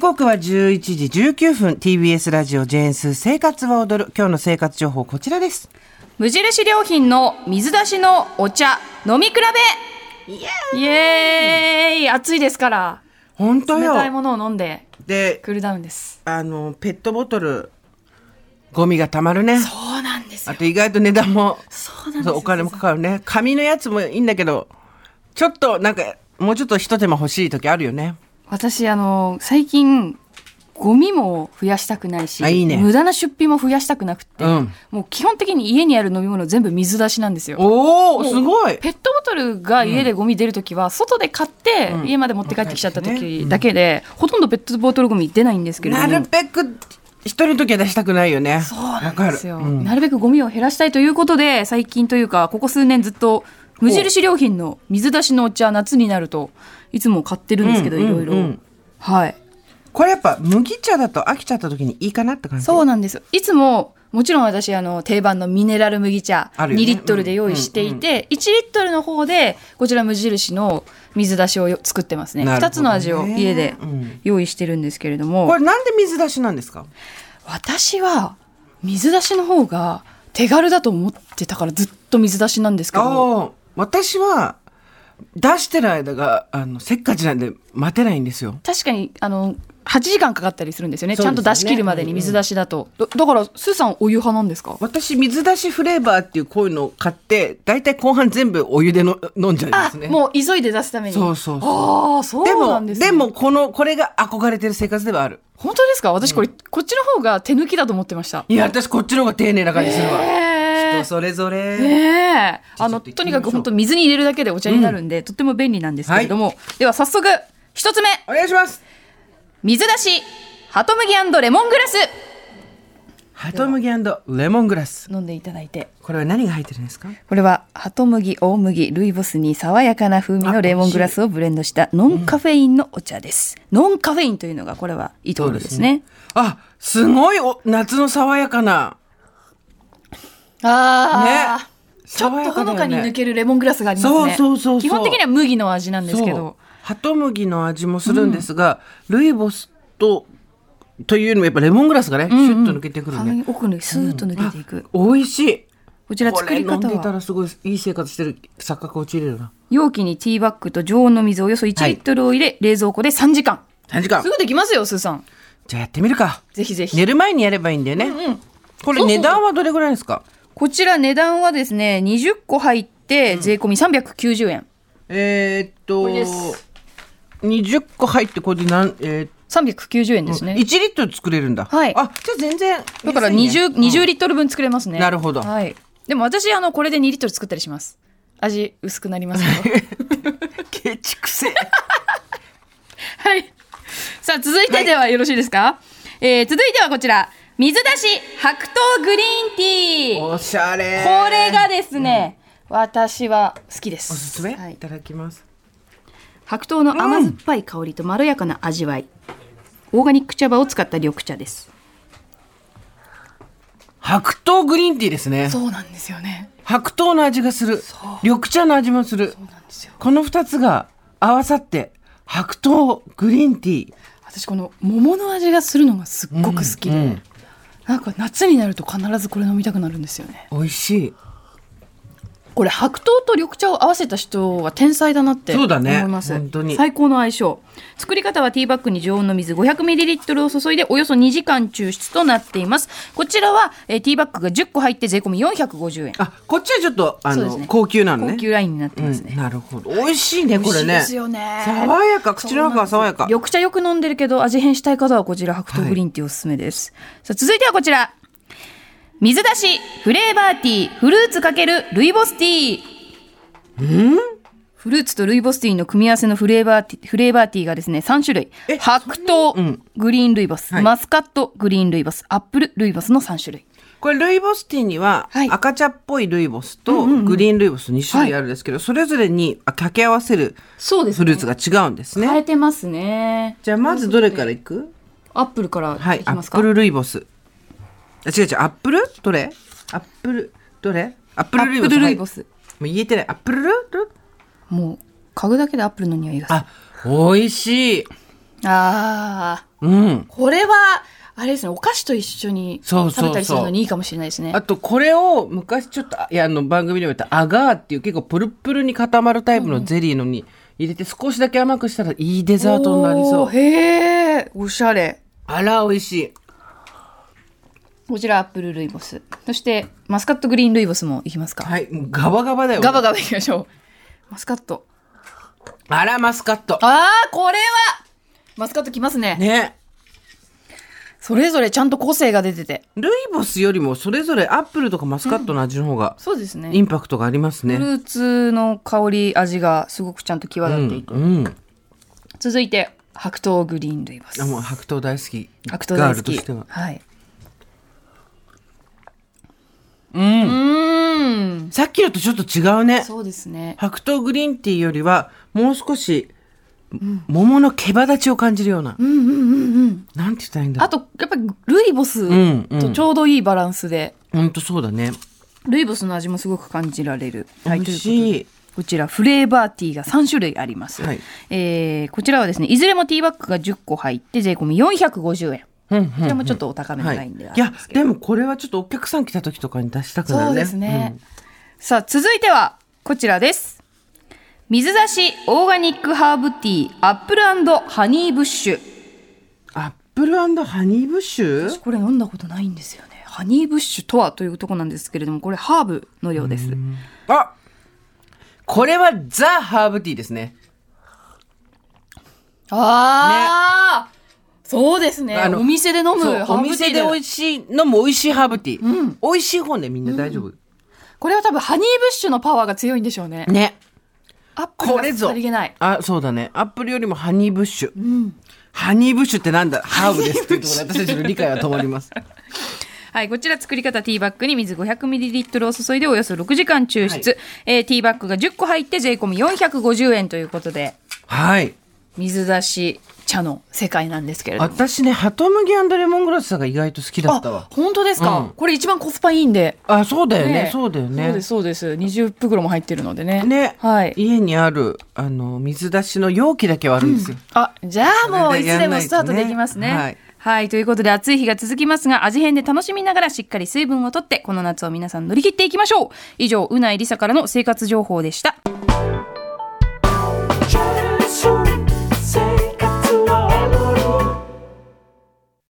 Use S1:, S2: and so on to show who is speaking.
S1: 刻は11時19分 TBS ラジオ JS 生活は踊る今日の生活情報こちらです
S2: 無印良品の水出しのお茶飲み比べイエーイ暑いですから
S1: 本当
S2: 冷
S1: よ
S2: たいものを飲んで
S1: で
S2: クールダウンです
S1: あのペットボトルゴミがたまるね
S2: そうなんです
S1: あと意外と値段も
S2: そうなんです
S1: そうお金もかかるね紙のやつもいいんだけどちょっとなんかもうちょっとひと手間欲しい時あるよね
S2: 私あの最近ゴミも増やしたくないし
S1: あいいね
S2: 無駄な出費も増やしたくなくって、
S1: うん
S2: もう基本的に家にある飲み物全部水出しなんですよ
S1: おおすごい
S2: ペットボトルが家でゴミ出るときは、外で買って、家まで持って帰ってきちゃったときだけで、ほとんどペットボトルゴミ出ないんですけれど
S1: な
S2: も。
S1: るべく一人の時は出したくないよね
S2: そうな
S1: わ
S2: ん
S1: か
S2: です
S1: る
S2: よ、
S1: うん
S2: なるべくゴミを減らしたいということで、最近というか、ここ数年ずっと、無印良品の水出しのお茶、夏になると、いつも買ってるんですけど、
S1: うん
S2: いろいろ。
S1: うんうん
S2: はい。
S1: これやっぱ麦茶だと飽きちゃった時にいいかなって感じ
S2: そうなんです。いつも、もちろん私、あの、定番のミネラル麦茶、
S1: ある
S2: 2
S1: よね
S2: リットルで用意していて、1リットルの方で、こちら無印の水出しをよ作ってますね。
S1: なるほどね
S2: 2つの味を家で
S1: うん
S2: 用意してるんですけれども、
S1: これなんで水出しなんですか
S2: 私は、水出しの方が手軽だと思ってたからずっと水出しなんですけど、
S1: ああ私は出してる間があのせっかちなんで待てないんですよ
S2: 確かに、あの、8時間かかったりするんですよね。
S1: そうです
S2: ちゃ
S1: よ
S2: ん
S1: ね
S2: と出し切るまでに水出しだと。だだから、スーさんお湯派なんですか
S1: 私水出しフレーバーっていうこういうのを買って大体後半全部お湯での飲んじゃいま
S2: あ
S1: すね、
S2: もう急いで出すために。
S1: そうそうそう
S2: ああ、そう
S1: で
S2: な
S1: も
S2: んですね
S1: でもこのこれが憧れてる生活ではある
S2: 本当ですか私これ、こっちの方が手抜きだと思ってました。
S1: いや私こっちの方が丁寧な感じするわ、
S2: え
S1: 人それぞれ、
S2: ええあ
S1: ちょ
S2: の、
S1: っと行ってみましょう
S2: とにかく本当水に入れるだけでお茶になるんで、とっても便利なんですけれども。では早速、一つ目
S1: お願いします
S2: 水出し、ハトムギレモングラス
S1: ハトムギレモングラス
S2: 飲んでいただいて。
S1: これは何が入ってるんですか
S2: これは、ハトムギ、大麦、ルイボスに爽やかな風味のレモングラスをブレンドしたノンカフェインのお茶です。ノンカフェインというのが、これはいいところですね。
S1: あすごいお夏の爽やかなね
S2: ああ、ちょっとほのかに抜
S1: け
S2: けるレモングラスがありますね。
S1: そうそうそうそう
S2: 基本的には麦の味なんですけど。
S1: ハトムギの味もするんですが、ルイボスとというよりもやっぱレモングラスがね、シュッと抜けてくるね
S2: はい奥にスーッと抜けていく、
S1: 美味しい
S2: こちら作り
S1: これ飲ん
S2: 方
S1: でた
S2: は
S1: らすごいいい生活してる錯覚陥れるな
S2: 容器にティーバッグと常温の水およそ1
S1: はい
S2: リットルを入れ、冷蔵庫で3時間
S1: 3時間
S2: すぐできますよスーさん
S1: じゃあやってみるか
S2: ぜひぜひ、
S1: 寝る前にやればいいんだよね、
S2: うん、
S1: これ値段はどれぐらいですか
S2: こちら値段はですね20個入って税込み390円、
S1: えー、っと
S2: これです
S1: 20個入ってこれでなん、え
S2: 390円で
S1: ー
S2: すね、
S1: 1リットル作れるんだ
S2: はい
S1: あじゃあ全然
S2: だから
S1: 安いね
S2: 20, 20リットル分作れますね、
S1: なるほど
S2: はい、でも私あのこれで2リットル作ったりします味薄くなりますけど
S1: ケチくせえ
S2: はいさあ続いてではよろしいですか、えー続いてはこちら水出し白桃グリーンティー
S1: おしゃれ
S2: これがですね、私は好きです。
S1: おすすめ、
S2: はい
S1: い、ただきます
S2: 白桃の甘酸っぱい香りとまろやかな味わい。オーガニック茶葉を使った緑茶です。
S1: 白桃グリーンティーですね
S2: そうなんですよね。
S1: 白桃の味がする緑茶の味もする
S2: なんですよ。
S1: この2つが合わさって白桃グリーンティー
S2: 私この桃の味がするのがすっごく好きで、
S1: うん
S2: なんか夏になると必ずこれ飲みたくなるんですよね。
S1: 美味しい
S2: これ白桃と緑茶を合わせた人は天才だなって
S1: そ
S2: 思
S1: うだね
S2: います、
S1: 本当に
S2: 最高の相性作り方はティーバッグに常温の水 500ml を注いでおよそ2時間抽出となっていますこちらはえーティーバッグが10個入って税込み450円
S1: あこっちはちょっとあ
S2: そうで
S1: の、
S2: すね
S1: 高級なのね
S2: 高級ラインになってます
S1: うん、
S2: ね、
S1: なるほど美味しいねこれね
S2: 美味しいですよね
S1: 爽やか口の中が爽やか
S2: 緑茶よく飲んでるけど味変したい方はこちら白桃グリーンティーおすすめです、さあ続いてはこちら水出しフレーバーティーフルーツ×ルイボスティーフルーツとルイボスティーの組み合わせのフレーバーティーフレーバーティーがですね3種類
S1: え
S2: 白桃、グリーンルイボス、
S1: はい
S2: マスカットグリーンルイボスアップルルイボスの3種類
S1: これルイボスティーには
S2: はい
S1: 赤茶っぽいルイボスとグリーンルイボス2種類あるんですけど、それぞれにあ掛け合わせる
S2: そうです
S1: フルーツが違うんですね
S2: 変えてますね
S1: じゃあまずどれからいく
S2: アップルから
S1: はい
S2: いき
S1: ア
S2: ます
S1: ッ
S2: か、
S1: プルルイボスあ違う違うアップルどれアップルどれアップルルイボス
S2: アップルルイボス
S1: はいもう言えてないアップルルル
S2: もう嗅ぐだけでアップルの匂いがする
S1: あ美味しい
S2: ああ
S1: うん。
S2: これは、あれですね、お菓子と一緒に
S1: そうそ
S2: 食
S1: うそう
S2: べたりするのにいいかもしれないですね。
S1: あとこれを昔ちょっといやあの番組でも言ったアガーっていう結構プルプルに固まるタイプのゼリーのに入れて少しだけ甘くしたらいいデザートになりそ
S2: おー
S1: う。
S2: へえ、おしゃれ。
S1: あら美味しい。
S2: こちらアップルルイボス。そして、マスカットグリーンルイボスもいきますか。
S1: はい、もうガバガバだよ。
S2: ガバガバいきましょう。マスカット。
S1: あらマスカット。
S2: ああ、これはマスカットきますね。
S1: ね。
S2: それぞれちゃんと個性が出てて。
S1: ルイボスよりもそれぞれアップルとかマスカットの味の方が
S2: そうですね
S1: インパクトがあります
S2: フル
S1: ね。
S2: ーツの香り、味がすごくちゃんと際
S1: う
S2: 立ってい
S1: ん。
S2: て。
S1: うん。
S2: 続いて、白桃グリーンルイボス。
S1: あもう白桃大好き。
S2: 白桃大
S1: ガー
S2: 好
S1: ルと
S2: き
S1: しては。
S2: はい。
S1: うん。
S2: うん。
S1: さっきのとちょっと違うね。
S2: そうですね。
S1: 白桃グリーンティーよりはもう少し、桃の毛羽立ちを感じるような。
S2: うんうんうんうん。
S1: なんて言ったらいいんだろ
S2: あと、やっぱりルイボス
S1: んうん
S2: とちょうどいいバランスで、
S1: う。ほんとそうだね。
S2: ルイボスの味もすごく感じられる。はい、
S1: 美味
S2: ということで
S1: しい。
S2: こちらフレーバーティーが3種類あります。
S1: はい
S2: えーこちらはですね、いずれもティーバッグが10個入って税込み450円。
S1: うんうん
S2: こちらもちょっとお高めの
S1: は
S2: ライ
S1: い
S2: ンでは、あ
S1: い
S2: る
S1: や
S2: んですけど
S1: でもこれはちょっとお客さん来た時とかに出したくなるね
S2: そうですね。さあ、続いてはこちらです。水出しオーガニックハーブティーアップルハニーブッシュ。
S1: うんアップルハニーブッシュ
S2: 私これ飲んだことないんですよね。ハニーブッシュとはというとこなんですけれども、これハーブのようです。
S1: あこれはザ・ハーブティーですね
S2: ああ、そうですね
S1: あの
S2: 店で飲
S1: そうお店で美
S2: い
S1: 味しいのも美味しいハーブティー、美味しい方ねみんな大丈夫、
S2: これは多分ハニーブッシュのパワーが強いんでしょうね。
S1: ね
S2: アップル
S1: こ
S2: が
S1: れぞ
S2: さりげない。
S1: あそうだねアップルよりもハニーブッシュ、ハニーブッシュってなんだ ハーブですっていうところで私たちの理解は止まります
S2: はい、こちら作り方ティーバッグに水 500ml を注いでおよそ6時間抽出。
S1: は
S2: えーティーバッグが10個入って税込み450円ということで、
S1: はい
S2: 水出し茶の世界なんですけれども。
S1: 私ねハトムギレモングラスが意外と好きだったわ
S2: あ、本当ですか、
S1: うん
S2: これ一番コスパいいんで。
S1: あそうだよねそうだよ
S2: そう
S1: ね
S2: です、そうです。20袋も入ってるのでね。
S1: ね、
S2: はい。
S1: 家にあるあの水出しの容器だけはあるんですよ、
S2: あじゃあもういつでもスタートできますね。
S1: それでやん
S2: は
S1: ないいとね、
S2: ということで暑い日が続きますが味変で楽しみながらしっかり水分をとってこの夏を皆さん乗り切っていきましょう以上うないりさからの生活情報でした